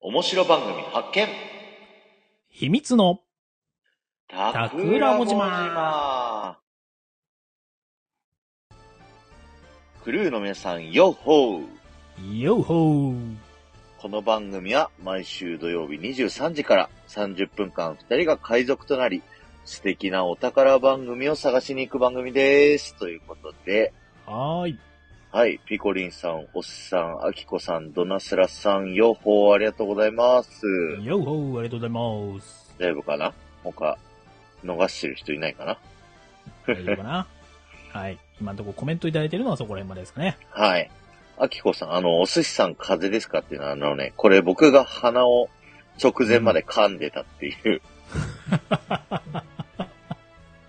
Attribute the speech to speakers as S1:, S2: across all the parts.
S1: 面白番組発見
S2: 秘密の。
S1: たく
S2: 桜
S1: ら
S2: も
S1: も
S2: じ
S1: じ
S2: ま
S1: まクルーの皆さん、ヨッホー
S2: ヨーホー。
S1: この番組は毎週土曜日23時から30分間2人が海賊となり、素敵なお宝番組を探しに行く番組です。ということで、
S2: はーい。
S1: はい、ピコリンさん、おっさん、アキコさん、ドナスラさん、ヨッホーありがとうございます。
S2: ヨーホー、ありがとうございます。
S1: 大丈夫かな他、逃してる人いないかな
S2: 大丈夫かな はい。今のところコメントいただいてるのはそこら辺までですかね。
S1: はい。あきこさん、あの、お寿司さん風邪ですかっていうのは、あのね、これ僕が鼻を直前まで噛んでたっていう。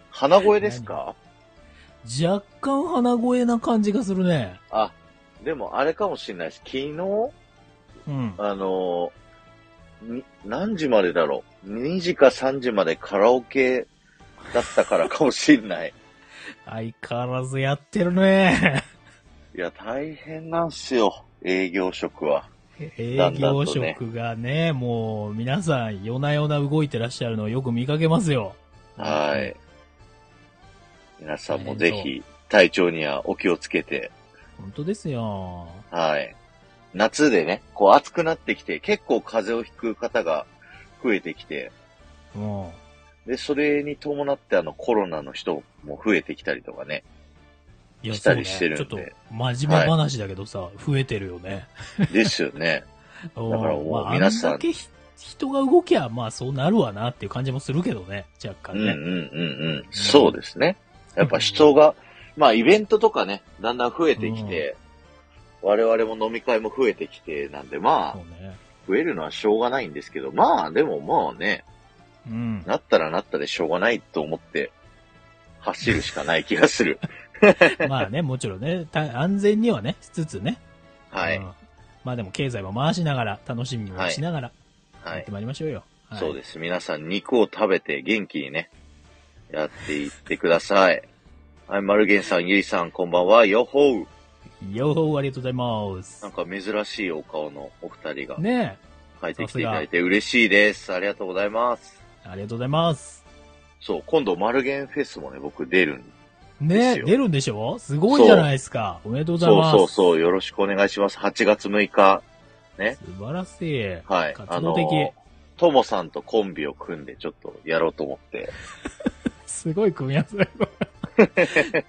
S1: 鼻声ですか
S2: 若干鼻声な感じがするね。
S1: あ、でもあれかもしれないです。昨日、
S2: うん。
S1: あの、に何時までだろう ?2 時か3時までカラオケだったからかもしれない。
S2: 相変わらずやってるね。
S1: いや、大変なんすよ。営業職は。
S2: 営
S1: だんだんとね
S2: 業職がね、もう皆さん夜な夜な動いてらっしゃるのをよく見かけますよ。
S1: はい。。皆さんもぜひ、体調にはお気をつけて、
S2: 本当ですよ。
S1: はい。夏でね、こう暑くなってきて、結構風邪をひく方が増えてきて、
S2: も
S1: で、それに伴ってあのコロナの人も増えてきたりとか ね。
S2: う。いや
S1: したりしてるんで
S2: そうねちょっと真面目話だけどさ、増えてるよね。
S1: ですよね。
S2: だから
S1: からもう
S2: まあ、
S1: 皆さん
S2: あんだけひ人が動きゃ、まあそうなるわなっていう感じもするけどね、若
S1: うんう
S2: 干
S1: んう
S2: ね。
S1: んうん。そうですね。やっぱ人が、まあイベントとかね、だんだん増えてきて、我々も飲み会も増えてきて、なんでま
S2: そ
S1: あ、
S2: うね。
S1: 増えるのはしょうがないんですけど、まあでももうね、
S2: うん。
S1: なったらなったでしょうがないと思って、走るしかない気がする。
S2: まあね、もちろんね、た安全にはね、しつつね。
S1: は
S2: う
S1: い
S2: ん。まあでも経済も回しながら、楽しみもしながら、
S1: は
S2: やっ
S1: い
S2: て。まいりましょうよ。はい
S1: そうです。皆さん肉を食べて元気にね、やっていってください。はい、マルゲンさん、ゆいさん、こんばんは。よっほー
S2: よう、ありがとうございま
S1: なん
S2: す。
S1: か珍しいお顔のお二人が
S2: ね
S1: 帰ってきていただいて嬉しいです。ありがとうございます。
S2: え、ありがとうございます。
S1: そう、今度マルゲンフェスもね、僕出るんで。で
S2: ね
S1: す
S2: え、
S1: よ
S2: 出るんでしょすごいじゃないですか。おめでとうござい
S1: そう
S2: ます。
S1: そうそう、よろしくお願いします。8月6日、
S2: 素晴らしい。
S1: はい。
S2: 活動的。
S1: あのーともさんとコンビを組んでちょっとやろうと思って。
S2: すごい組み合わせ。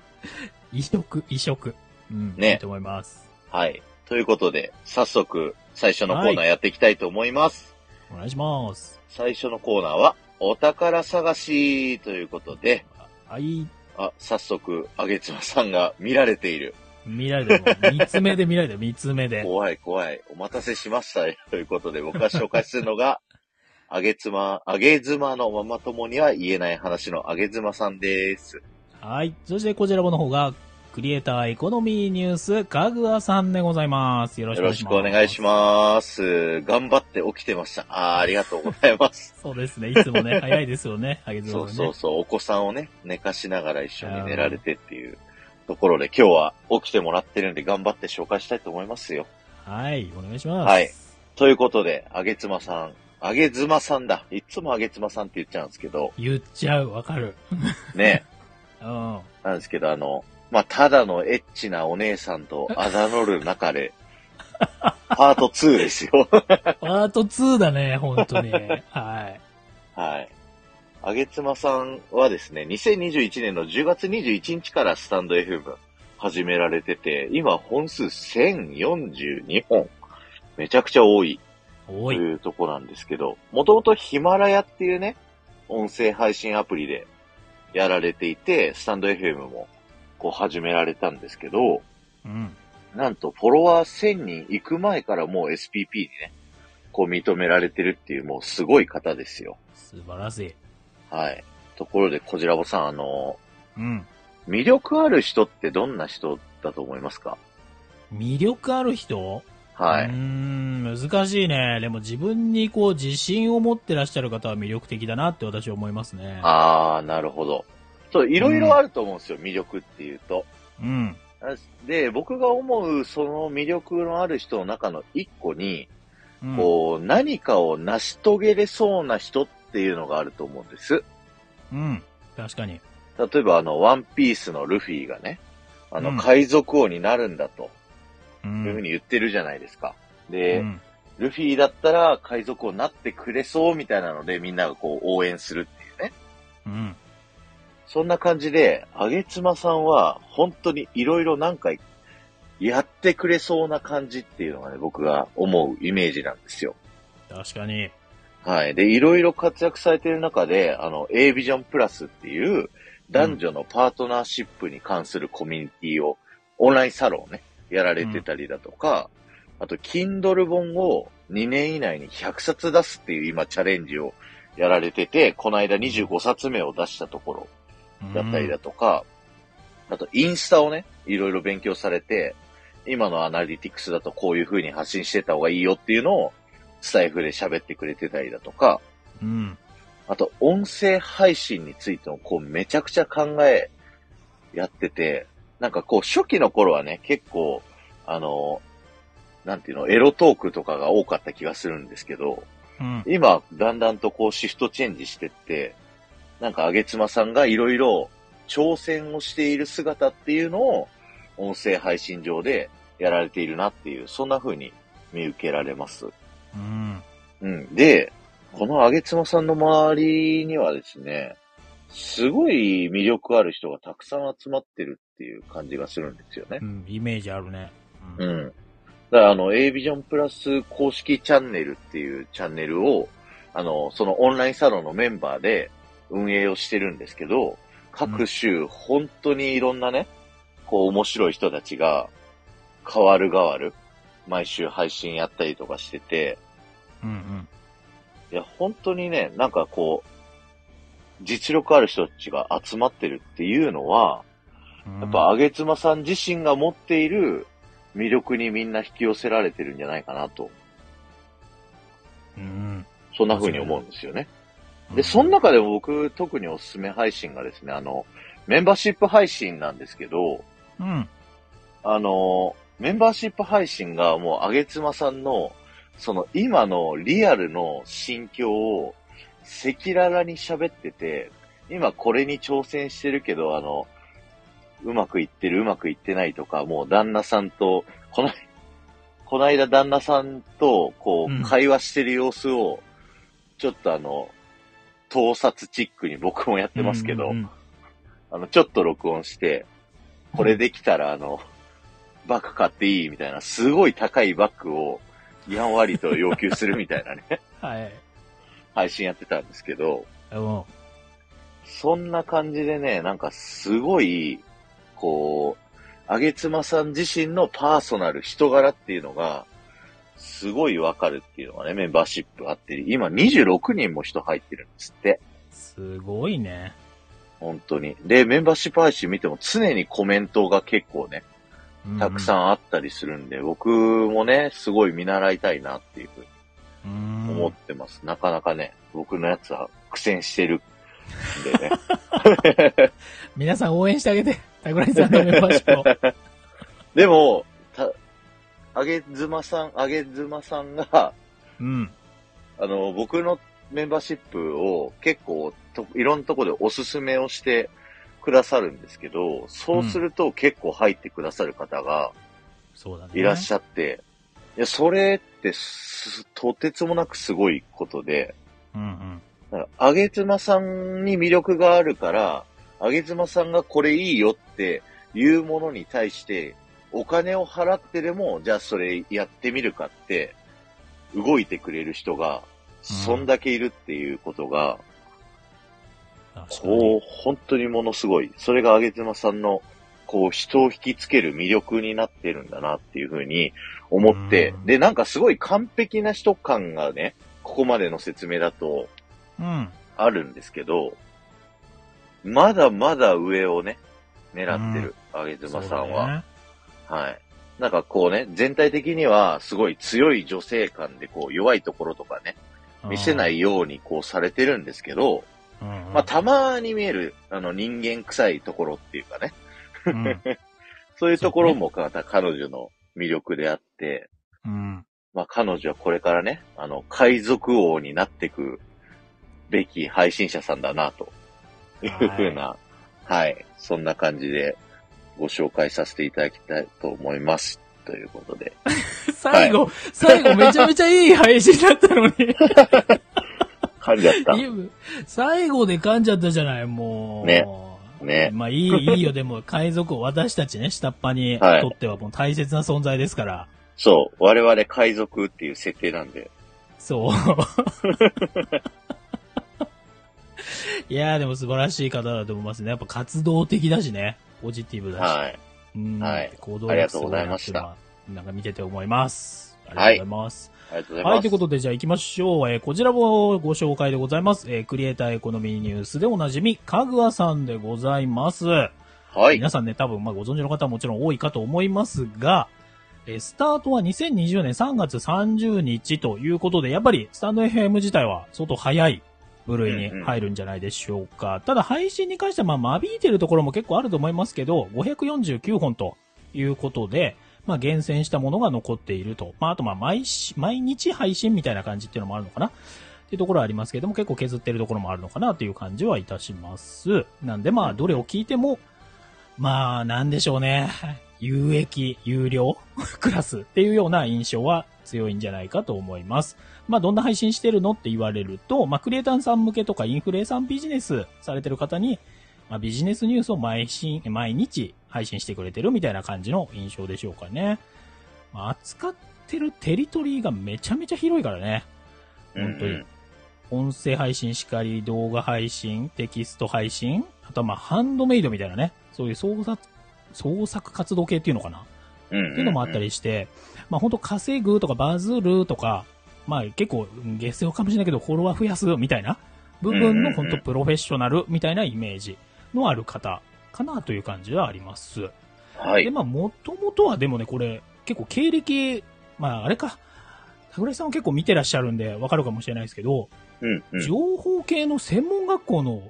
S2: 異色、異色。うん。
S1: ね
S2: いいと思います。
S1: はい。ということで、早速、最初のコーナーやっていきたいと思います。
S2: お願いします。
S1: 最初のコーナーは、お宝探しということで、
S2: はい。
S1: あ、早速、あげつまさんが見られている。
S2: 見られてるもん。三つ目で見られてる、三つ 目で。
S1: 怖い怖い。お待たせしましたよ。ということで、僕が紹介するのが、 あげつま、あげずまのママ友には言えない話のあげずまさんです。
S2: はい。そしてこちらの方が、クリエイターエコノミーニュース、かぐわさんでございます。よろし
S1: よ
S2: くお願
S1: ろ
S2: いし
S1: し
S2: ま
S1: く
S2: す。
S1: お願いします。頑張って起きてました。あーありがとうございます。
S2: す。そうですね。いつもね、早いですよね。あげずま
S1: そう
S2: ね。
S1: そうそう、お子さんをね、寝かしながら一緒に寝られてっていうところで、今日は起きてもらってるんで頑張って紹介したいと思いますよ。
S2: はい。お願いします。
S1: はい。ということで、あげつまさん、あげずまさんだ。いつもあげつまさんって言っちゃうんですけど、
S2: 言っちゃう。わかる。
S1: ね、
S2: うん。
S1: なんですけど、あの、まあ、ただのエッチなお姉さんとあざのる中で、パート2ですよ。
S2: パート2だね、本 当に。はい。
S1: はい。あげつまさんはですね、2021年の10月21日からスタンド FM 始められてて、今本数1042本。めちゃくちゃ多い
S2: お
S1: と
S2: い。
S1: いうとこなんですけど、もともとヒマラヤっていうね、音声配信アプリでやられていて、スタンド FM もこう始められたんですけど、
S2: うん。
S1: なんとフォロワー1000人行く前からもう SPP にね、こう認められてるっていうもうすごい方ですよ。
S2: 素晴らしい。
S1: はい。ところで、こじらぼさん、あの、
S2: うん。
S1: 魅力ある人ってどんな人だと思いますか
S2: 魅力ある人
S1: は
S2: うー
S1: い。
S2: ん、難しいね。でも自分にこう自信を持ってらっしゃる方は魅力的だなって私は思いますね。
S1: あー、なるほど。そう、いろいろあると思うんですよ、魅力っていうと。
S2: うん。
S1: で、僕が思うその魅力のある人の中の一個に、
S2: うん
S1: こう、何かを成し遂げれそうな人っていうのがあると思うんです。
S2: うん。確かに。
S1: 例えばあの、ワンピースのルフィがね、あ
S2: う
S1: の、
S2: ん
S1: 海賊王になるんだと、
S2: う
S1: い
S2: ん。
S1: うふうに言ってるじゃないですか。
S2: う
S1: で、
S2: ん
S1: ルフィだったら海賊王になってくれそうみたいなので、みんながこう、応援するっていうね。
S2: うん。
S1: そんな感じで、あげつまさんは、本当にいろいろなんか、やってくれそうな感じっていうのがね、僕が思うイメージなんですよ。
S2: 確かに。
S1: はい。で、いろいろ活躍されてる中で、あの、A ビジョンプラスっていう、男女のパートナーシップに関するコミュニティを、オンラインサロンをね、やられてたりだとか、あと、Kindle 本を2年以内に100冊出すっていう今チャレンジをやられてて、この間25冊目を出したところ
S2: うん
S1: だったりだとか、あと、インスタをね、いろいろ勉強されて、今のアナリティクスだとこういう風に発信してた方がいいよっていうのを、スタイフで喋ってくれてたりだとか、
S2: うん。
S1: あと、音声配信についても、こう、めちゃくちゃ考え、やってて、なんかこう、初期の頃はね、結構、あの、なんていうの、エロトークとかが多かった気がするんですけど、
S2: うん。
S1: 今、だんだんとこうシフトチェンジしてって、なんか、あげつまさんがいろいろ挑戦をしている姿っていうのを、音声配信上でやられているなっていう、そんな風に見受けられます。
S2: うん。
S1: うん。で、このあげつまさんの周りにはですね、すごい魅力ある人がたくさん集まってるっていう感じがするんですよね
S2: う。ん。イメージあるね。
S1: う
S2: うん。
S1: ん。だからあの、A ビジョンプラス公式チャンネルっていうチャンネルを、あの、そのオンラインサロンのメンバーで運営をしてるんですけど、各種本当にいろんなね、こう面白い人たちが、変わる変わる、毎週配信やったりとかしてて、
S2: うん。うん。
S1: いや、本当にね、なんかこう、実力ある人たちが集まってるっていうのは、
S2: うん
S1: やっぱ、あげつまさん自身が持っている魅力にみんな引き寄せられてるんじゃないかなと、
S2: うん。
S1: そんな風に思うんですよね。
S2: う
S1: で、その、中でも僕、特におすすめ配信がですね、あの、メンバーシップ配信なんですけど、
S2: うん。
S1: あの、メンバーシップ配信がもう、あげつまさんの、その今のリアルの心境を赤裸々に喋ってて、今これに挑戦してるけど、あの、うまくいってる、うまくいってないとか、もう旦那さんと、この、 この間旦那さんと、こ
S2: うん
S1: う、会話してる様子を、ちょっとあの、盗撮チックに僕もやってますけど、
S2: うん
S1: あの、ちょっと録音して、これできたら、あの、バッグ買っていいみたいな、すごい高いバッグを、やんわりと要求するみたいなね、
S2: はい。
S1: 配信やってたんですけど、
S2: うん。
S1: そんな感じでね、なんかすごい、こう、あげつまさん自身のパーソナル、人柄っていうのが、すごいわかるっていうのがね、メンバーシップあって、今26人も人入ってるんですって。
S2: すごいね。
S1: 本当に。で、メンバーシップ配信見ても常にコメントが結構ね、たくさんあったりするんで、僕もね、すごい見習いたいなっていうふうに
S2: うん。
S1: 思ってます。なかなかね、僕のやつは苦戦してるんでね。
S2: 皆さん応援してあげて。桜井さんのメンバーシ ップを。
S1: でも、た、あげずまさん、あげずまさんが、
S2: うん。
S1: あの、僕のメンバーシップを結構と、いろんなとこでおすすめをしてくださるんですけど、そうすると結構入ってくださる方が
S2: そうだね。
S1: いらっし
S2: ゃ
S1: ゃって、いや、それってすとてつもなくすごいことで、
S2: うん
S1: だからあげつまさんに魅力があるから、あげつまさんがこれいいよっていうものに対して、お金を払ってでも、じゃあそれやってみるかって、動いてくれる人が、そんだけいるっていうことが、
S2: うん。
S1: こう、本当にものすごい。それがあげつまさんの、こう、人を引きつける魅力になってるんだなっていうふうに思って
S2: う、ん
S1: で、なんかすごい完璧な人感がね、ここまでの説明だと、
S2: う。うん。。
S1: あるんですけど、まだまだ上をね、狙ってる、あげずまさんは、はい。なんかこうね、全体的にはすごい強い女性感でこう弱いところとかね、見せないいようにこうされてるんですけど、
S2: うん
S1: まあたまに見えるあの人間臭いところっていうかね、
S2: うん
S1: そういうところもまた彼女の魅力であって、
S2: うん。
S1: まあ、彼女はこれからね、あの、海賊王になってくべき配信者さんだな、というふうな、はい、そんな感じでご紹介させていただきたいと思います。ということで。
S2: 最後、最後めちゃめちゃいい配信だったのに。
S1: 噛んじゃった。
S2: いい 最後で噛んじゃったじゃない、もう。
S1: ねね
S2: まあいい、いいよ、でも海賊王、私たちね、下っ端に
S1: はい
S2: とってはもう大切な存在ですから。
S1: そう。我々海賊っていう設定なんで。
S2: そう。いやーでも素晴らしい方だと思いますね。やっぱ活動的だしね。ポジティブだし。
S1: はい。
S2: うん
S1: はい
S2: 行動
S1: あり
S2: 力
S1: が
S2: す
S1: とう
S2: ご
S1: ご
S2: い
S1: ざ
S2: ない
S1: ました
S2: っていうのはなんか見てて思います。ありがとうございます。
S1: ありがとうございます。
S2: はい、ということで、じゃあ行きましょう。えーこちらもご紹介でございます。えークリエイターエコノミーニュースでおなじみ、かぐわさんでございます。
S1: はい。
S2: 皆さんね、多分、まあ、ご存知の方はもちろん多いかと思いますが、えースタートは2020年3月30日ということで、やっぱり、スタンド FM 自体は相当早い部類に入るんじゃないでしょうか。ただ、配信に関しては、まあ、間引いてるところも結構あると思いますけど、549本ということで、まあ、厳選したものが残っていると。まあ、あと、まあ、毎し、毎日配信みたいな感じっていうのもあるのかな。っていうところはありますけども、結構削ってるところもあるのかなという感じはいたします。なんで、まあ、どれを聞いても、まあ、なんでしょうね。有益、有料 クラスっていうような印象は強いんじゃないかと思います。まあ、どんな配信してるのって言われると、まあ、クリエイターさん向けとかインフレさんビジネスされてる方に、まあ、ビジネスニュースを毎信毎日配信してくれてるみたいな感じの印象でしょうかね。まあ、扱ってるテリトリーがめちゃめちゃ広いからね。本当に。
S1: うん
S2: 音声配信しかり、動画配信、テキスト配信、あとはまあハンドメイドみたいなね、そういう創作、創作活動系っていうのかな
S1: うん。うん
S2: っていうのもあった。りして、まあ本当稼ぐとかバズるとか、まあ結構うん下世話かもしれないけどフォロワー増やすみたいな部分の
S1: うんうんうん
S2: 本当プロフェッショナルみたいなイメージのある方かなという感じはあります。
S1: は
S2: で、
S1: い。
S2: まあ、もともとはでもね、これ、結構経歴、まあ、あれか、桜井さんは結構見てらっしゃるんで、わかるかもしれないですけど、
S1: うんうん。
S2: 情報系の専門学校の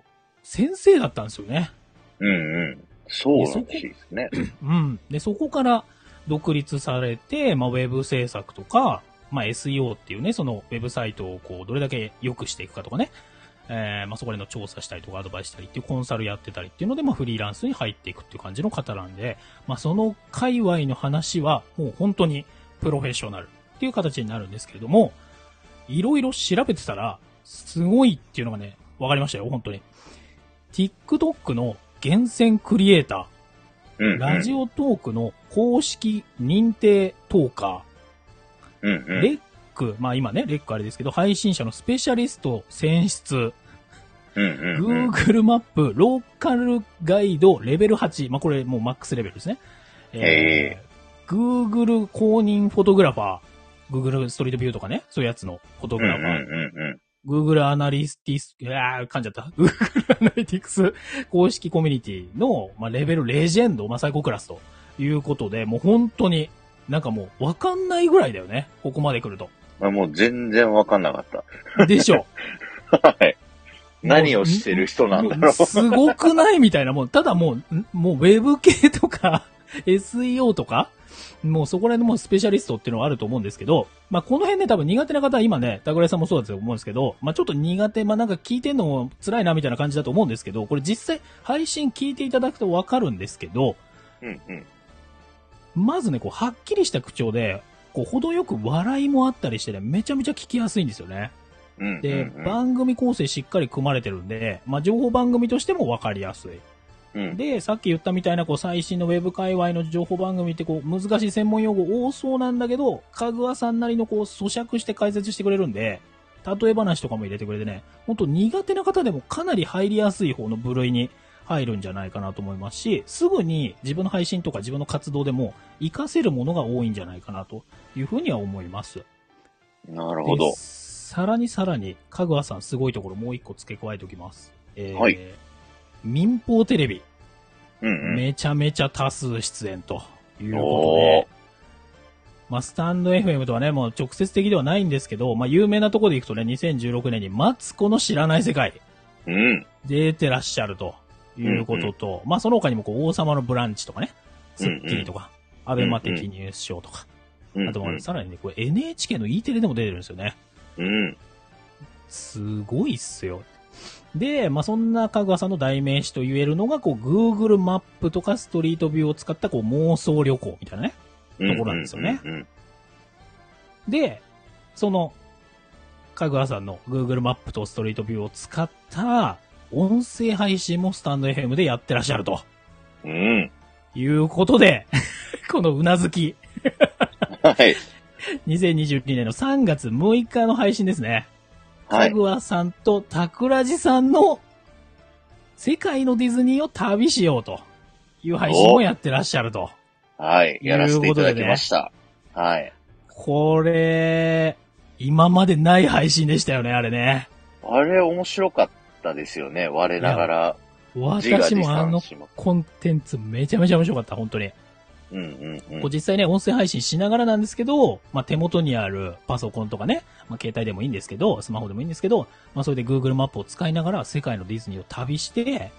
S2: 先生だったんですよね。
S1: うんうん。そうらしいですね。
S2: うん。で、そこから独立されて、まあ、ウェブ制作とか、まあ、SEO っていうね、そのウェブサイトをこう、どれだけ良くしていくかとかね、えー、まあ、そこでの調査したりとか、アドバイスしたりっていうコンサルやってたりっていうので、まあ、フリーランスに入っていくっていう感じの方なんで、まあ、その界隈の話は、もう本当にプロフェッショナルっていう形になるんですけれども、いろいろ調べてたら、すごいっていうのがね、わかりましたよ、本当に。TikTok の厳選クリエイター、
S1: うんうん。
S2: ラジオトークの公式認定トーカ
S1: うん
S2: ー、
S1: うん。
S2: レック、まあ今ね、レックあれですけど、配信者のスペシャリスト選出、
S1: うんうんうん。
S2: Google マップ、ローカルガイドレベル8、まあこれもうマックスレベルですね。
S1: へ
S2: ー、Google 公認フォトグラファー、Google ストリートビューとかね、そういうやつのフォト
S1: うん
S2: グ
S1: う
S2: ラファー、
S1: んうんうん。
S2: Google アナリスティス、あー噛んじゃった。Google アナリティクス公式コミュニティの、まあ、レベルレジェンド、まあ、最高クラスということで、もう本当に、なんかもうわかんないぐらいだよね。ここまで来ると。
S1: まあもう全然わかんなかった。
S2: でしょ。
S1: はい。何をしてる人なんだろう。
S2: すごくないみたいな、もう、ただもう、んもうウェブ系とか、SEO とか、もうそこら辺のもうスペシャリストっていうのはあると思うんですけど、まあこの辺ね多分苦手な方は今ね、桜井さんもそうだと思うんですけど、まあちょっと苦手、まあなんか聞いてんのも辛いなみたいな感じだと思うんですけど、これ実際配信聞いていただくとわかるんですけど、
S1: うんうん。
S2: まずね、こう、はっきりした口調で、こう、程よく笑いもあったりしてね、めちゃめちゃ聞きやすいんですよね。
S1: うんうん
S2: で、
S1: うん
S2: 番組構成しっかり組まれてるんで、まあ、情報番組としても分かりやすい。
S1: うん
S2: で、さっき言ったみたいな、こう、最新のウェブ界隈の情報番組って、こう、難しい専門用語多そうなんだけど、かぐわさんなりの、こう、咀嚼して解説してくれるんで、例え話とかも入れてくれてね、ほんと苦手な方でもかなり入りやすい方の部類に入るんじゃないかなと思いますし、すぐに自分の配信とか自分の活動でも活かせるものが多いんじゃないかなというふうには思います。
S1: なるほど
S2: で。さらにさらに、かぐわさんすごいところもう一個付け加えておきます。えー
S1: はい
S2: 民放テレビ、
S1: うんうん。
S2: めちゃめちゃ多数出演ということ
S1: おー
S2: で、まあ、スタンド FM とはね、もう直接的ではないんですけど、まあ、有名なところでいくとね、2016年にマツコの知らない世界
S1: うん。
S2: 出てらっしゃるということと、まあ、その他にもこう、王様のブランチとかね、スッキリとか、アベマ的ニュースショーとか、
S1: うん
S2: あと
S1: う
S2: は
S1: ん
S2: さらにね、これ NHK の E テレでも出てるんですよね。
S1: うん。
S2: すごいっすよ。で、まあ、そんなかぐわさんの代名詞と言えるのが、こう、Google マップとかストリートビューを使った、こう、妄想旅行みたいなね。
S1: うん
S2: ところなんですよね
S1: うんうん
S2: で、その、かぐわさんの Google マップとストリートビューを使った、音声配信もスタンド FM でやってらっしゃると。
S1: うん。うん。
S2: いうことで、 このうなずき、
S1: はい。
S2: 2022年の3月6日の配信ですね。
S1: は
S2: か
S1: い
S2: ぐ。わさんとたくらじさんの世界のディズニーを旅しようという配信もやってらっしゃると。
S1: はい。やらせていただきました。はい。
S2: これ、今までない配信でしたよね、あれね。
S1: あれ面白かったですよね。我ながら。自画
S2: 私
S1: 自
S2: もあ
S1: 賛
S2: の
S1: します。
S2: コンテンツめちゃめちゃ面白かった、本当に。
S1: うんうんう。
S2: こうん実際ね、音声配信しながらなんですけど、まあ、手元にあるパソコンとかね、まあ、携帯でもいいんですけど、スマホでもいいんですけど、まあ、それで Google マップを使いながら世界のディズニーを旅して、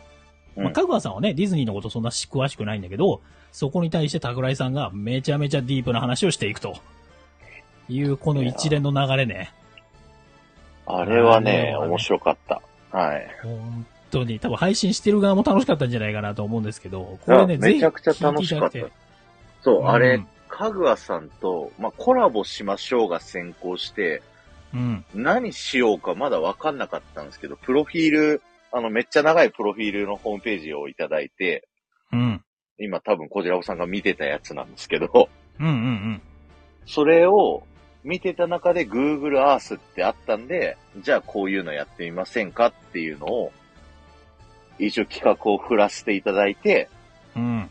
S2: ま
S1: う
S2: あ、
S1: ん
S2: かぐわさんはね、ディズニーのことそんな詳しくないんだけど、そこに対して桜井さんがめちゃめちゃディープな話をしていくと。いう、この一連の流れね。
S1: あれは
S2: あ
S1: ね
S2: れ、はね
S1: 面白かった。はい。
S2: 本当に、多分配信してる側も楽しかったんじゃないかなと思うんですけど、これね、
S1: いや
S2: ぜ
S1: め
S2: ひ
S1: ちゃ
S2: 聞
S1: くちゃ
S2: いて
S1: 楽
S2: い
S1: したか
S2: だ
S1: っ
S2: き
S1: た
S2: たい。。
S1: そう、あ
S2: う
S1: れ
S2: ん、
S1: かぐわさんと、まあ、コラボしましょうが先行して、
S2: うん。
S1: 何しようかまだわかんなかったんですけど、プロフィール、あの、めっちゃ長いプロフィールのホームページをいただいて、
S2: うん。
S1: 今多分こちらおさんが見てたやつなんですけど、
S2: うんうんうん。
S1: それを見てた中で Google Earth ってあったんで、じゃあこういうのやってみませんかっていうのを、一応企画を振らせていただいて、
S2: うん。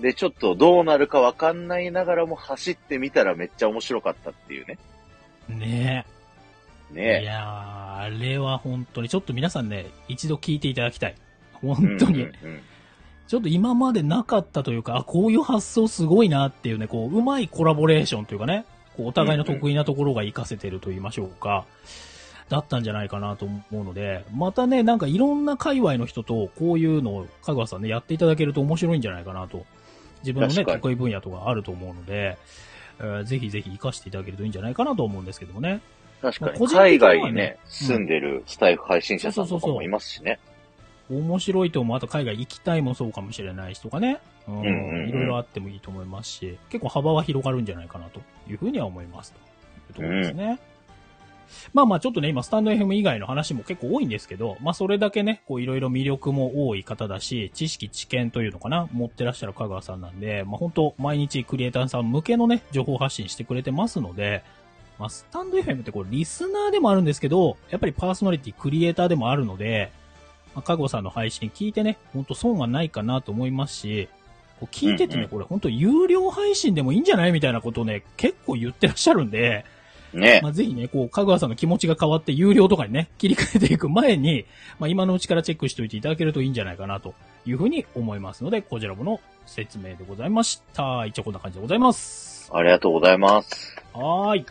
S1: で、ちょっとどうなるかわかんないながらも走ってみたらめっちゃ面白かったっていうね。
S2: ねえ。い
S1: ね
S2: やー、あれは本当に、ちょっと皆さんね、一度聞いていただきたい。本
S1: え。
S2: 当に。
S1: うんうんうん
S2: ちょっと今までなかったというか、あ、こういう発想すごいなっていうね、こう、うまいコラボレーションというかね、こうお互いの得意なところが活かせてると言いましょうか、だったんじゃないかなと思うので、またね、なんかいろんな界隈の人と、こういうのを、かぐわさんね、やっていただけると面白いんじゃないかなと。自分のね、
S1: 確かに
S2: 得意分野とかあると思うので、えーぜひぜひ活かしていただけるといいんじゃないかなと思うんですけどもね。
S1: 確かに。
S2: 個人
S1: 海
S2: 的にはね
S1: 外にね、住んでるスタイフ配信者さんとかもいますしね。
S2: 面白いと思う。あと海外行きたいもそうかもしれないしとかね。うん。
S1: うんうんうん
S2: いろいろあってもいいと思いますし、結構幅は広がるんじゃないかなというふうには思います。というところですね。まあまあちょっとね、今スタンド FM 以外の話も結構多いんですけど、まあそれだけね、こういろいろ魅力も多い方だし、知識知見というのかな、持ってらっしゃる香川さんなんで、まあ本当毎日クリエイターさん向けのね、情報発信してくれてますので、まあ、スタンド FM ってこう、リスナーでもあるんですけど、やっぱりパーソナリティ、クリエイターでもあるので、まあ、かごさんの配信聞いてね、ほんと損はないかなと思いますし、こう聞いててね、
S1: うんうん
S2: これほんと有料配信でもいいんじゃないみたいなことをね、結構言ってらっしゃるんで、
S1: ね
S2: まあ、ぜひね、こう、かぐわさんの気持ちが変わって有料とかにね、切り替えていく前に、まあ、今のうちからチェックしておいていただけるといいんじゃないかなというふうに思いますので、こちらもの説明でございました。一応こんな感じでございます。
S1: ありがとうございます。
S2: はーい。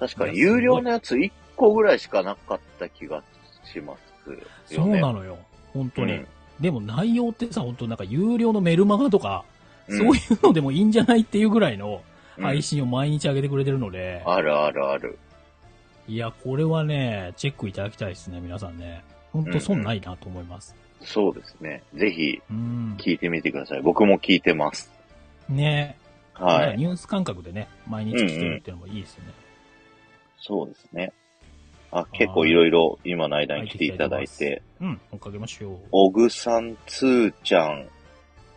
S1: 確かに
S2: いやすご
S1: 有
S2: い
S1: 料のやつ1個ぐらいしかなかった気がします
S2: そ
S1: よ
S2: う
S1: ね。
S2: なのよ。本当に。
S1: うん
S2: でも内容ってさ、本当なんか有料のメルマガとか、
S1: うん
S2: そういうのでもいいんじゃないっていうぐらいの
S1: うん
S2: 配信を毎日上げてくれてるので、
S1: あるあるある。
S2: いや、これはね、チェックいただきたいですね、皆さんね。本当損ないなと思います。
S1: そうですね。ぜひ
S2: うん。
S1: 聞いてみてください。僕も聞いてます。
S2: ね
S1: は
S2: なんか
S1: い。
S2: ニュース感覚でね、毎日聞けるっていうのもいいですよね。
S1: そうですね。あ、結構いろいろ今の間に来ていただいて、
S2: うん、追っかけましょ
S1: おぐさん、つーちゃん、
S2: う。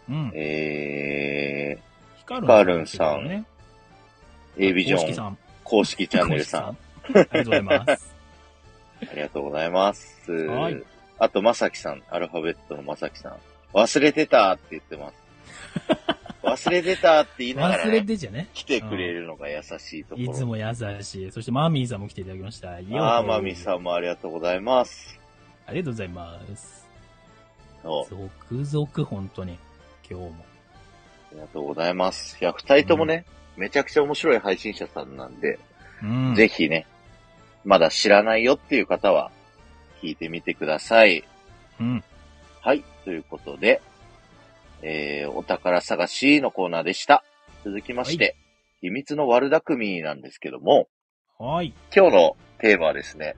S2: うん。
S1: え
S2: ヒカ
S1: ヒカルンさん
S2: ね。
S1: ー、エビジ
S2: 公式
S1: ョ
S2: さ
S1: ン、
S2: ん。
S1: 公式チャンネルさん、あ
S2: 公式さん。ありがとうございます。
S1: りがとうございます。
S2: はい
S1: あと、まさきさん、アルファベットのまさきさん、忘れてたって言って ます。忘れてたって言 いながら、
S2: 忘れ
S1: ね、
S2: てじゃね。
S1: 来てくれるのが優しいとこ
S2: い
S1: ろ。
S2: つも優しい。そしてマミーさんも来ていただきました。
S1: ああ、まみさ
S2: ん。
S1: んもありがとうございます。
S2: ありがとうございます。
S1: そう
S2: 続々、本当に。今日も。
S1: ありがとうございます。いや、二人ともね、めちゃくちゃ面白い配信者さんなんで、
S2: うん。
S1: ぜひね、まだ知らないよっていう方は、聞いてみてください。
S2: うん。
S1: はい、ということで、えー、お宝探しのコーナーでした。続きまして、秘密の悪巧みなんですけども、
S2: はい。
S1: 今日のテーマはですね、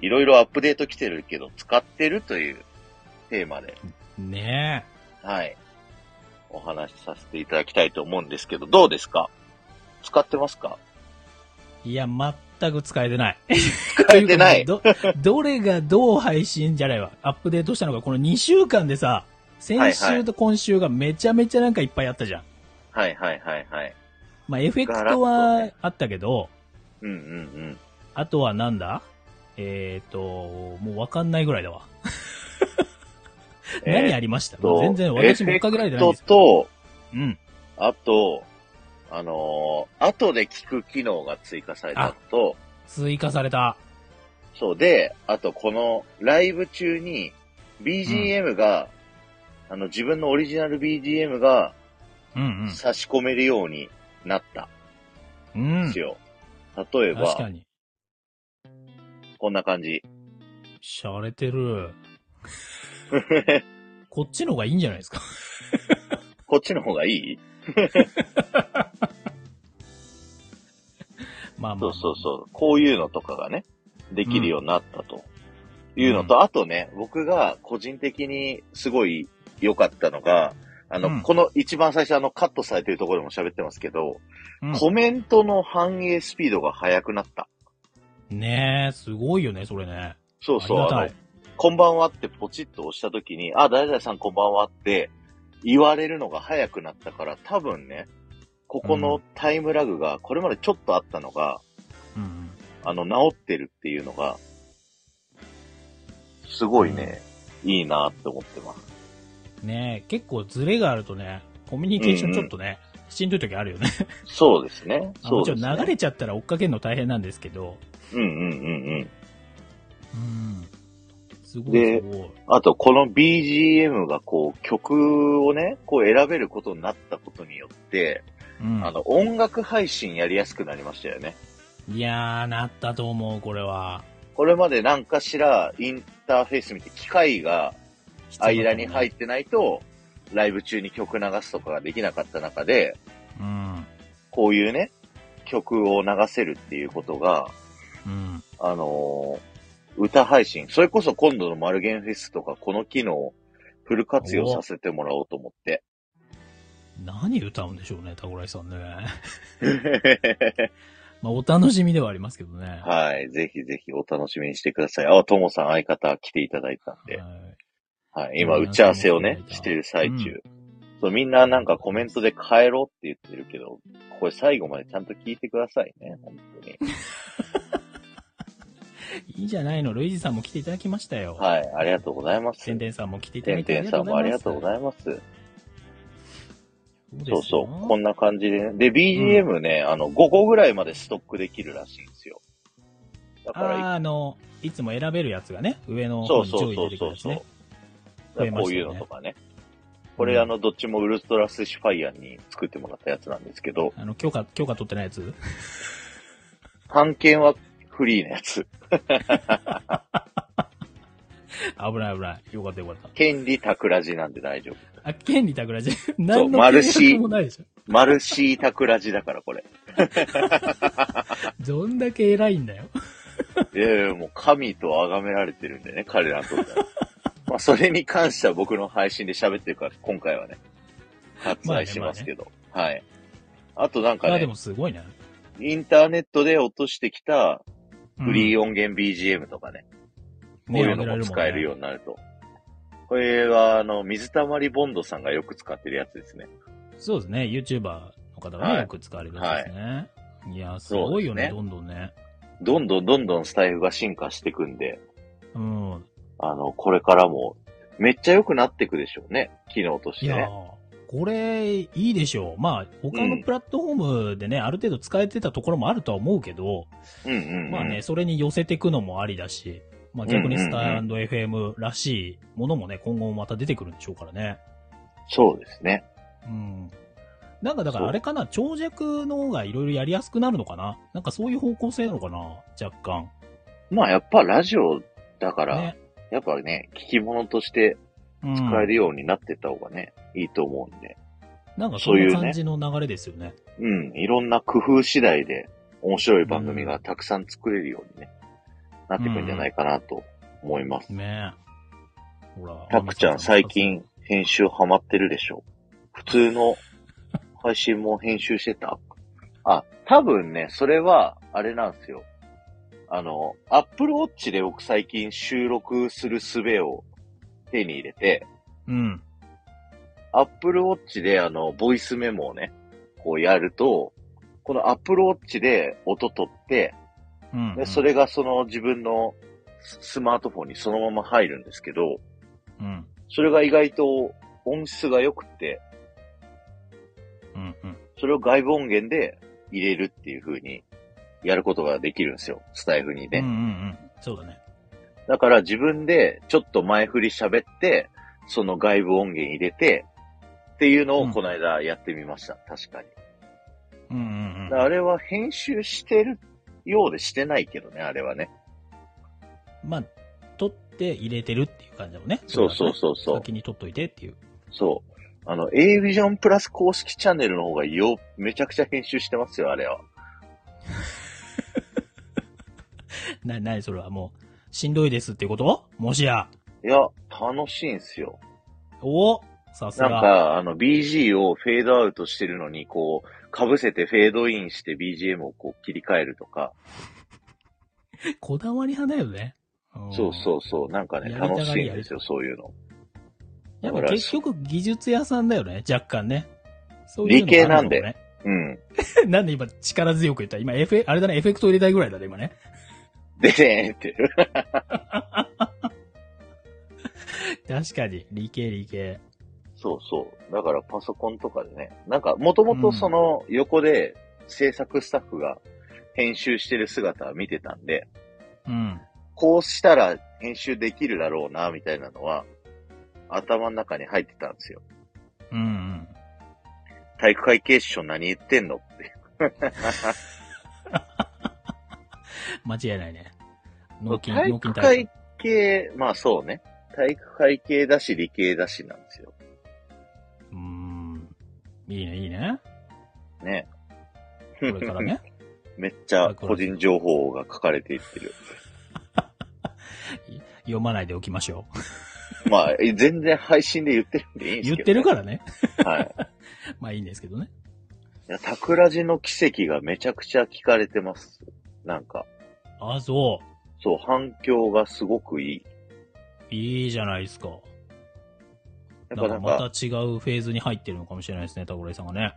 S1: いろいろアップデート来てるけど使ってるというテーマで、
S2: ね
S1: はい、お話しさせていただきたいと思うんですけど、どうですか使ってますか
S2: え。いや、全く使えてない。
S1: 使えてない。
S2: ど、 どれがどう配信じゃないわ。アップデートしたのが、この2週間でさ、先週と今週がめちゃめちゃなんかいっぱいあったじゃん。
S1: はいはいはいはい。
S2: まあ、エフェク
S1: ガラッ
S2: ト
S1: と
S2: は
S1: ね
S2: あったけど、
S1: うんうん
S2: あとはなんだえっ、ー、と、もうわかんないぐらいだわ。
S1: うん。
S2: 何あ
S1: え
S2: りました
S1: ーっと
S2: 全然私も追っかけられてないんです
S1: エフェク
S2: よ。
S1: トと、
S2: うん。
S1: あと、あのー後で聞く機能が追加されたのと、
S2: 追加された。
S1: そうで、あとこのライブ中に BGM が、あの自分のオリジナル BGM が
S2: うん
S1: 差し込めるようになった
S2: うん。うん
S1: んです。よ。例え
S2: 確か
S1: ば、
S2: に。
S1: こんな感じ。
S2: しゃれて る。こっちの方がいいんじゃないですか。
S1: こっちの方がいい
S2: まあ
S1: そ
S2: まあま
S1: う
S2: あ。
S1: そうそう。こういうのとかがね、できるようになったと。いうのと、あとね、僕が個人的にすごい良かったのが、あの、
S2: うん
S1: この一番最初あのカットされてるところでも喋ってますけど、
S2: うん
S1: コメントの反映スピードが速くなった。
S2: ねえ、すごいよね、それね。
S1: そうそう、
S2: あ
S1: あ
S2: りがたい
S1: の、こんばんはってポチッと押した時に、あ、誰々さんこんばんはって言われるのが早くなったから、多分ね、ここのタイムラグが、これまでちょっとあったのが、
S2: うんうん。
S1: あの、治ってるっていうのが、すごいね、いいなって思ってます。
S2: ねえ、結構ズレがあるとね、コミュニケーションちょっとね、しんどい時あるよね。
S1: そうですね。
S2: あ
S1: そ
S2: も
S1: う
S2: ち
S1: で
S2: ろ
S1: す、
S2: ん
S1: ね。
S2: 流れちゃったら追っかけるの大変なんですけど。
S1: うんうんうんうん。
S2: うん。すごいすごい。
S1: あと、この BGM がこう、曲をね、こう選べることになったことによって、
S2: うん。
S1: あの、音楽配信やりやすくなりましたよね。
S2: いやー、なったと思う、これは。
S1: これまでなんかしら、インターフェース見て、機械が間に入
S2: っ
S1: ってないと、ライブ中に曲流すとかができなかった中で、
S2: うん。
S1: こういうね、曲を流せるっていうことが、
S2: うん。
S1: あのー歌配信、それこそ今度のマルゲンフェスとか、この機能をフル活用させてもらおうと思 って。
S2: 何歌うんでしょうね、タコライさんね。 まあ、お楽しみではありますけどね。
S1: はい。ぜひぜひお楽しみにしてください。あ、ともさん相方来ていただいたんで。
S2: はい
S1: はい。今、打ち合わせをね、してる最中。そう、みんななんかコメントで帰ろうって言ってるけど、これ最後までちゃんと聞いてくださいね。本当に。
S2: いいじゃないの、ルイジさんも来ていただきましたよ。
S1: はい。ありがとうございます。
S2: てんてんさんも来ていただ
S1: て
S2: い
S1: ん
S2: て
S1: てんさんもありがとうご
S2: い
S1: ざいます。
S2: ます。
S1: そうそ
S2: です
S1: う。
S2: よ
S1: こんな感じでね。で、BGM ね、あの、5個ぐらいまでストックできるらしいんですよ。だか
S2: あ
S1: ら、
S2: ーあの、いつも選べるやつがね、上の
S1: そ
S2: 方
S1: う
S2: に
S1: そ
S2: 上
S1: う
S2: 位
S1: そう
S2: 出てく
S1: そう
S2: る
S1: そう、
S2: やつね。
S1: だ
S2: 増
S1: か
S2: え
S1: ら
S2: ま
S1: こう
S2: した
S1: いう
S2: よね
S1: のとかね。これ、あの、どっちもウルトラスシファイアに作ってもらったやつなんですけど、
S2: あの、許可、許可取ってない やつ
S1: 探検はフリーのやつ。
S2: 危ない危ない。よかったよかった。
S1: 権利タクラジなんで大丈夫。
S2: あ、権 利桜じゃ、何の
S1: マルシー
S2: 契約もないでしょ。
S1: マルシータクラジだから、これ。
S2: どんだけ偉いんだよ。
S1: いやいや、もう神と崇められてるんでね、彼らにとって は。まあ、それに関しては僕の配信で喋ってるから、今回はね、割愛しますけど。はい。あとなんか
S2: あ、で
S1: ね、
S2: もすごいね。
S1: インターネットで落としてきたフリ
S2: ー
S1: ー音源 BGM とかね、
S2: を
S1: こういうのも使えるようになると。これは、あの、水溜りボンドさんがよく使ってるやつですね。
S2: そうですね。YouTuber の方がね、
S1: はい
S2: よく使われるんですね。い、や、すごいよね、
S1: そ
S2: どんどんね。
S1: どんどんどんどんスタイルが進化していくんで、
S2: うん。
S1: あの、これからも、めっちゃ良くなっていくでしょうね。機能とし
S2: い
S1: て
S2: やー
S1: ね。
S2: これ、いいでしょう。まあ、他のプラットフォームでね、ある程度使えてたところもあるとは思うけど、
S1: うんうん、うん。
S2: まあね、それに寄せていくのもありだし、まあ逆にスタンド FM らしいものもね、今後もまた出てくるんでしょうからね。
S1: そうですね。
S2: うん。なんかだ
S1: そ
S2: か
S1: う
S2: らあれかな、長尺の方がいろいろやりやすくなるのかななんかそういう方向性なのかな若干。
S1: まあやっぱラジオだから、
S2: ね。
S1: やっぱね、聞き物として
S2: うん
S1: 使えるようになってった方がね、いいと思うんで。
S2: なんか
S1: そ
S2: そうう
S1: いう
S2: い
S1: ね
S2: う感じの流れですよね。
S1: うん、いろんな工夫次第で面白い番組がたくさん作れるようにね、なってくんじゃないかなと思います。
S2: ねえ。ほら。
S1: タックちゃん最。近編集ハマってるでしょ普通の配信も編集してたあ、多分ね、それは、あれなんですよ。あの、Apple Watch で僕最近収録する術を手に入れて、
S2: うん。
S1: Apple Watch であの、ボイスメモをね、こうやると、この Apple Watch で音取って、
S2: うん、
S1: で、それがその自分のススマートフォンにそのまま入るんですけど、
S2: うん。
S1: それが意外と音質が良くて、
S2: うん。うん。
S1: それを外部音源で入れるっていう風にやることができるんですよ。スタイフに
S2: うん。うん。
S1: ね。
S2: うん。そうだね。
S1: だから自分でちょっと前振り喋って、その外部音源入れて、っていうのをこの間やってみました。確かに。
S2: うん。うん。
S1: だからあれは編集してるようでしてないけどね、あれはね。
S2: うん。まあ、取って入れてるっていう感じだもんね。
S1: そうそうそうそう。
S2: 先に取っといてっていう。
S1: そう。あの、A Vision プラス公式チャンネルの方がよ、めちゃくちゃ編集してますよ、あれは。
S2: な、なにそれはもう、しんどいですっていうこともしや。
S1: いや、楽しいんすよ。
S2: おさす
S1: な
S2: が。
S1: んか、あの、BG をフェードアウトしてるのに、こう、被せてフェードインして BGM をこう切り替えるとか、
S2: こだわり派だよね。ん
S1: そうそうそう、なんかね、
S2: やりたがり
S1: 楽しいんですよ、そういうの。
S2: やっぱ結局技術屋さんだよね、若干ね。そういうの
S1: 理系なんで
S2: あるのね。
S1: うん。
S2: なんで今力強く言った今エフェ、あれだね、エフェクト入れたいぐらいだね、今ね。
S1: でねーって。
S2: 確かに、理系理系。
S1: そうそう。だからパソコンとかでね、なんか、もともとその横で制作スタッフが編集してる姿は見てたんで、
S2: うん。
S1: こうしたら編集できるだろうな、みたいなのは、頭の中に入ってたんですよ。
S2: うん、うん。
S1: 体育会系所何言ってんのって。
S2: 間違いないね。脳筋、
S1: 体
S2: 脳
S1: 育
S2: 筋体
S1: 会
S2: 操。
S1: 系、まあそうね。体育会系だし、理系だしなんですよ。
S2: うーん。いいね、いいね。
S1: ね。
S2: これから ね。
S1: めっちゃ個人情報が書かれていってる。
S2: 読まないでおきましょ
S1: まあ、え全然配信で言ってるんでいいんで
S2: う。言
S1: す
S2: っ
S1: けど、
S2: てるからね。
S1: ら。はい。
S2: まあいいんですけどね。
S1: いや、桜地の奇跡がめちゃくちゃ聞かれてます。なんか、
S2: あ、そ
S1: そう、反響がすごくいい。
S2: う。いいじゃないですか。
S1: やっ
S2: だか
S1: ぱな
S2: ら
S1: ん
S2: また
S1: か、
S2: 違うフェーズに入ってるのかもしれないですね、タコレイさんがね。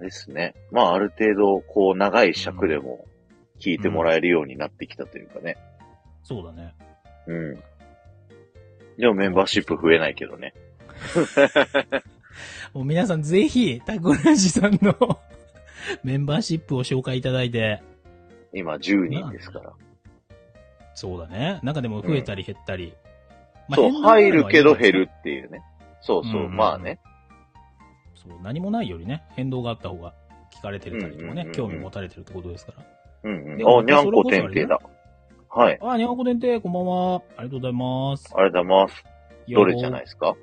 S1: ですね。まあ、ある程度、こう、長い尺でも聞いてもらえるようになってきたというかね。
S2: そうだね。
S1: うん。でもメンバーシップ増えないけどね。
S2: もう皆さんぜひ、タコラジさんの メンバーシップを紹介いただいて、
S1: 今10人ですから。
S2: そうだね。なんかでも増えたり減ったり。まあ
S1: そう、入るけど減。
S2: 変動があるのはいいん
S1: るっていうね。そうそう、
S2: うんうんうん
S1: まあね。
S2: ですねそう、何もないよりね、変動があった方が聞かれてたりとか
S1: うんうんうんう
S2: ね
S1: ん、
S2: 興味持たれてるってことですから。
S1: うん
S2: で
S1: うん。
S2: も
S1: あ、にゃんこ天定だ。はい。
S2: あ、にゃんこでんて、こんばんは。ありがとうございます。
S1: あれだます。どれじゃない
S2: い
S1: ですかん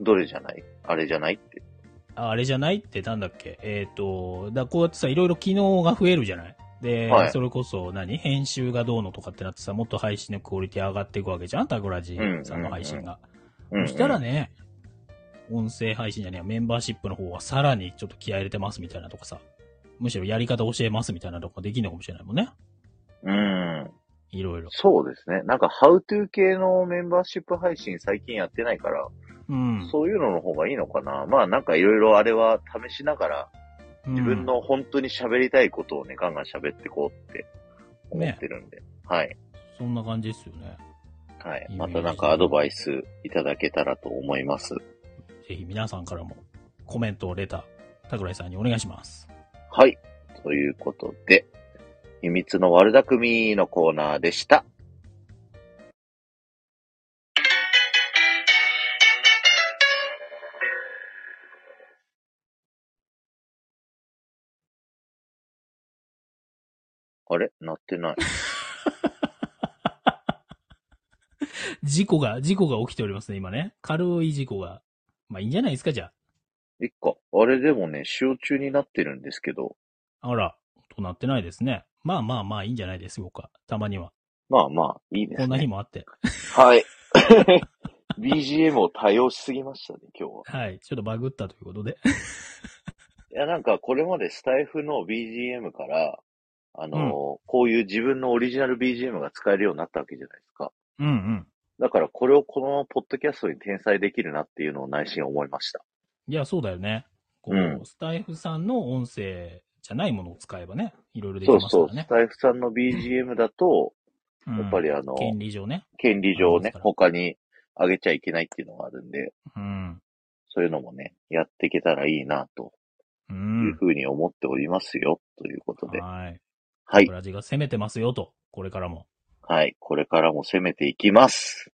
S1: どれじゃないあれじゃないって。
S2: ああれじゃないってなんだっけえっ、と、だこうやってさ、いろいろ機能が増えるじゃないで、
S1: はい
S2: それこそ何編集がどうのとかってなってさ、もっと配信のクオリティ上がっていくわけじゃんタグラジさんの配信が。
S1: うん、うん。
S2: そしたら。ね、音声配信じゃねえや、メンバーシップの方はさらにちょっと気合い入れてますみたいなとかさ、むしろやり方教えますみたいなとかできるのかもしれないもんね。
S1: うん。
S2: いろいろ。
S1: そうですね。なんか、ハウトゥー系のメンバーシップ配信最近やってないから、
S2: うん。
S1: そういうのの方がいいのかな。まあなんかいろいろあれは試しながら、自分の本当に喋りたいことをね、ガンガン喋ってこうって思ってるんで。はい。
S2: うん、そんな感じですよね。
S1: はい。
S2: イメー
S1: ま
S2: ジ
S1: たなんかアドバイスいただけたらと思います。
S2: ぜひ皆さんからもコメント、レター、タグライさんにお願いします。
S1: はい。ということで、秘密の悪巧みのコーナーでした。あれ鳴ってない。
S2: 事故が、事故が起きておりますね、今ね。軽い事故が。まあいいんじゃないですか、じゃあ。
S1: 一個。あれでもね、使用中になってるんですけど、
S2: あら、となってないですね。まあまあまあ、いいんじゃないですか。たまには。
S1: まあまあ、いいですね。
S2: こんな日もあって。
S1: はい。BGM を多用しすぎましたね、今日は。
S2: はい。ちょっとバグったということで。
S1: いや、なんかこれまでスタイフの BGM から、あのーこういう自分のオリジナル BGM が使えるようになったわけじゃないですか。
S2: うんうん。
S1: だからこれをこのままポッドキャストに転載できるなっていうのを内心思いました。
S2: いや、そうだよね。こう、
S1: うん
S2: スタイフさんの音声じゃないものを使えばね、いろいろでき
S1: そう
S2: ますか
S1: そう。
S2: らね
S1: ス。タイフさんの BGM だと、
S2: うん
S1: やっぱりあの、
S2: 権利上ね。
S1: 権利上ね
S2: ありますか、ら
S1: 他にあげちゃいけないっていうのがあるんで、
S2: うん。
S1: そういうのもね、やっていけたらいいな、と
S2: う。
S1: いうんふうに思っておりますよ、ということで。
S2: はい。
S1: はい
S2: ブ。ラジが攻めてますよと、これか らも。
S1: はい。これからも攻めていきます。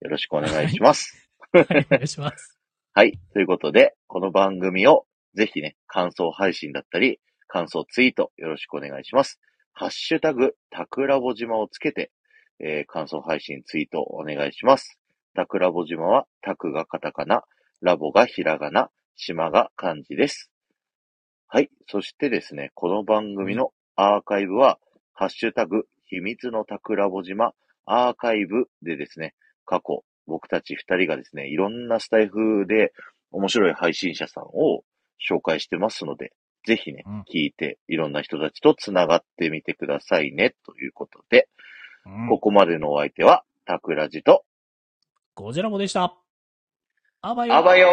S1: よろしくお願いします。
S2: はい、お願いします。
S1: はい。ということで、この番組をぜひね、感想配信だったり、感想ツイートよろしくお願いします。ハッシュタグ、タクラボ島をつけて、えー感想配信ツイートお願いします。タクラボ島は、タクがカタカナ、ラボがひらがな、島が漢字です。はい。そしてですね、この番組のアーカイブは、ハッシュタグ、秘密のタクラボ島アーカイブでですね、過去、僕たち二人がですね、いろんなスタイフで面白い配信者さんを紹介してますので、ぜひね、
S2: うん
S1: 聞いて、いろんな人たちと繋がってみてくださいね、ということで、
S2: うん
S1: ここまでのお相手は、タクラジと、
S2: ゴジラボでした。あばよ。
S1: あばよ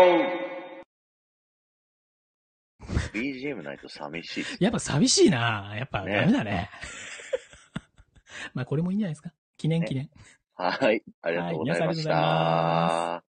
S1: ー BGM ないと寂しいです。
S2: やっぱ寂しいなやっぱダメだね。 まあこれもいいんじゃないですか。記念記念。
S1: はい、ありがとうございました。
S2: はい皆さんありがとうございま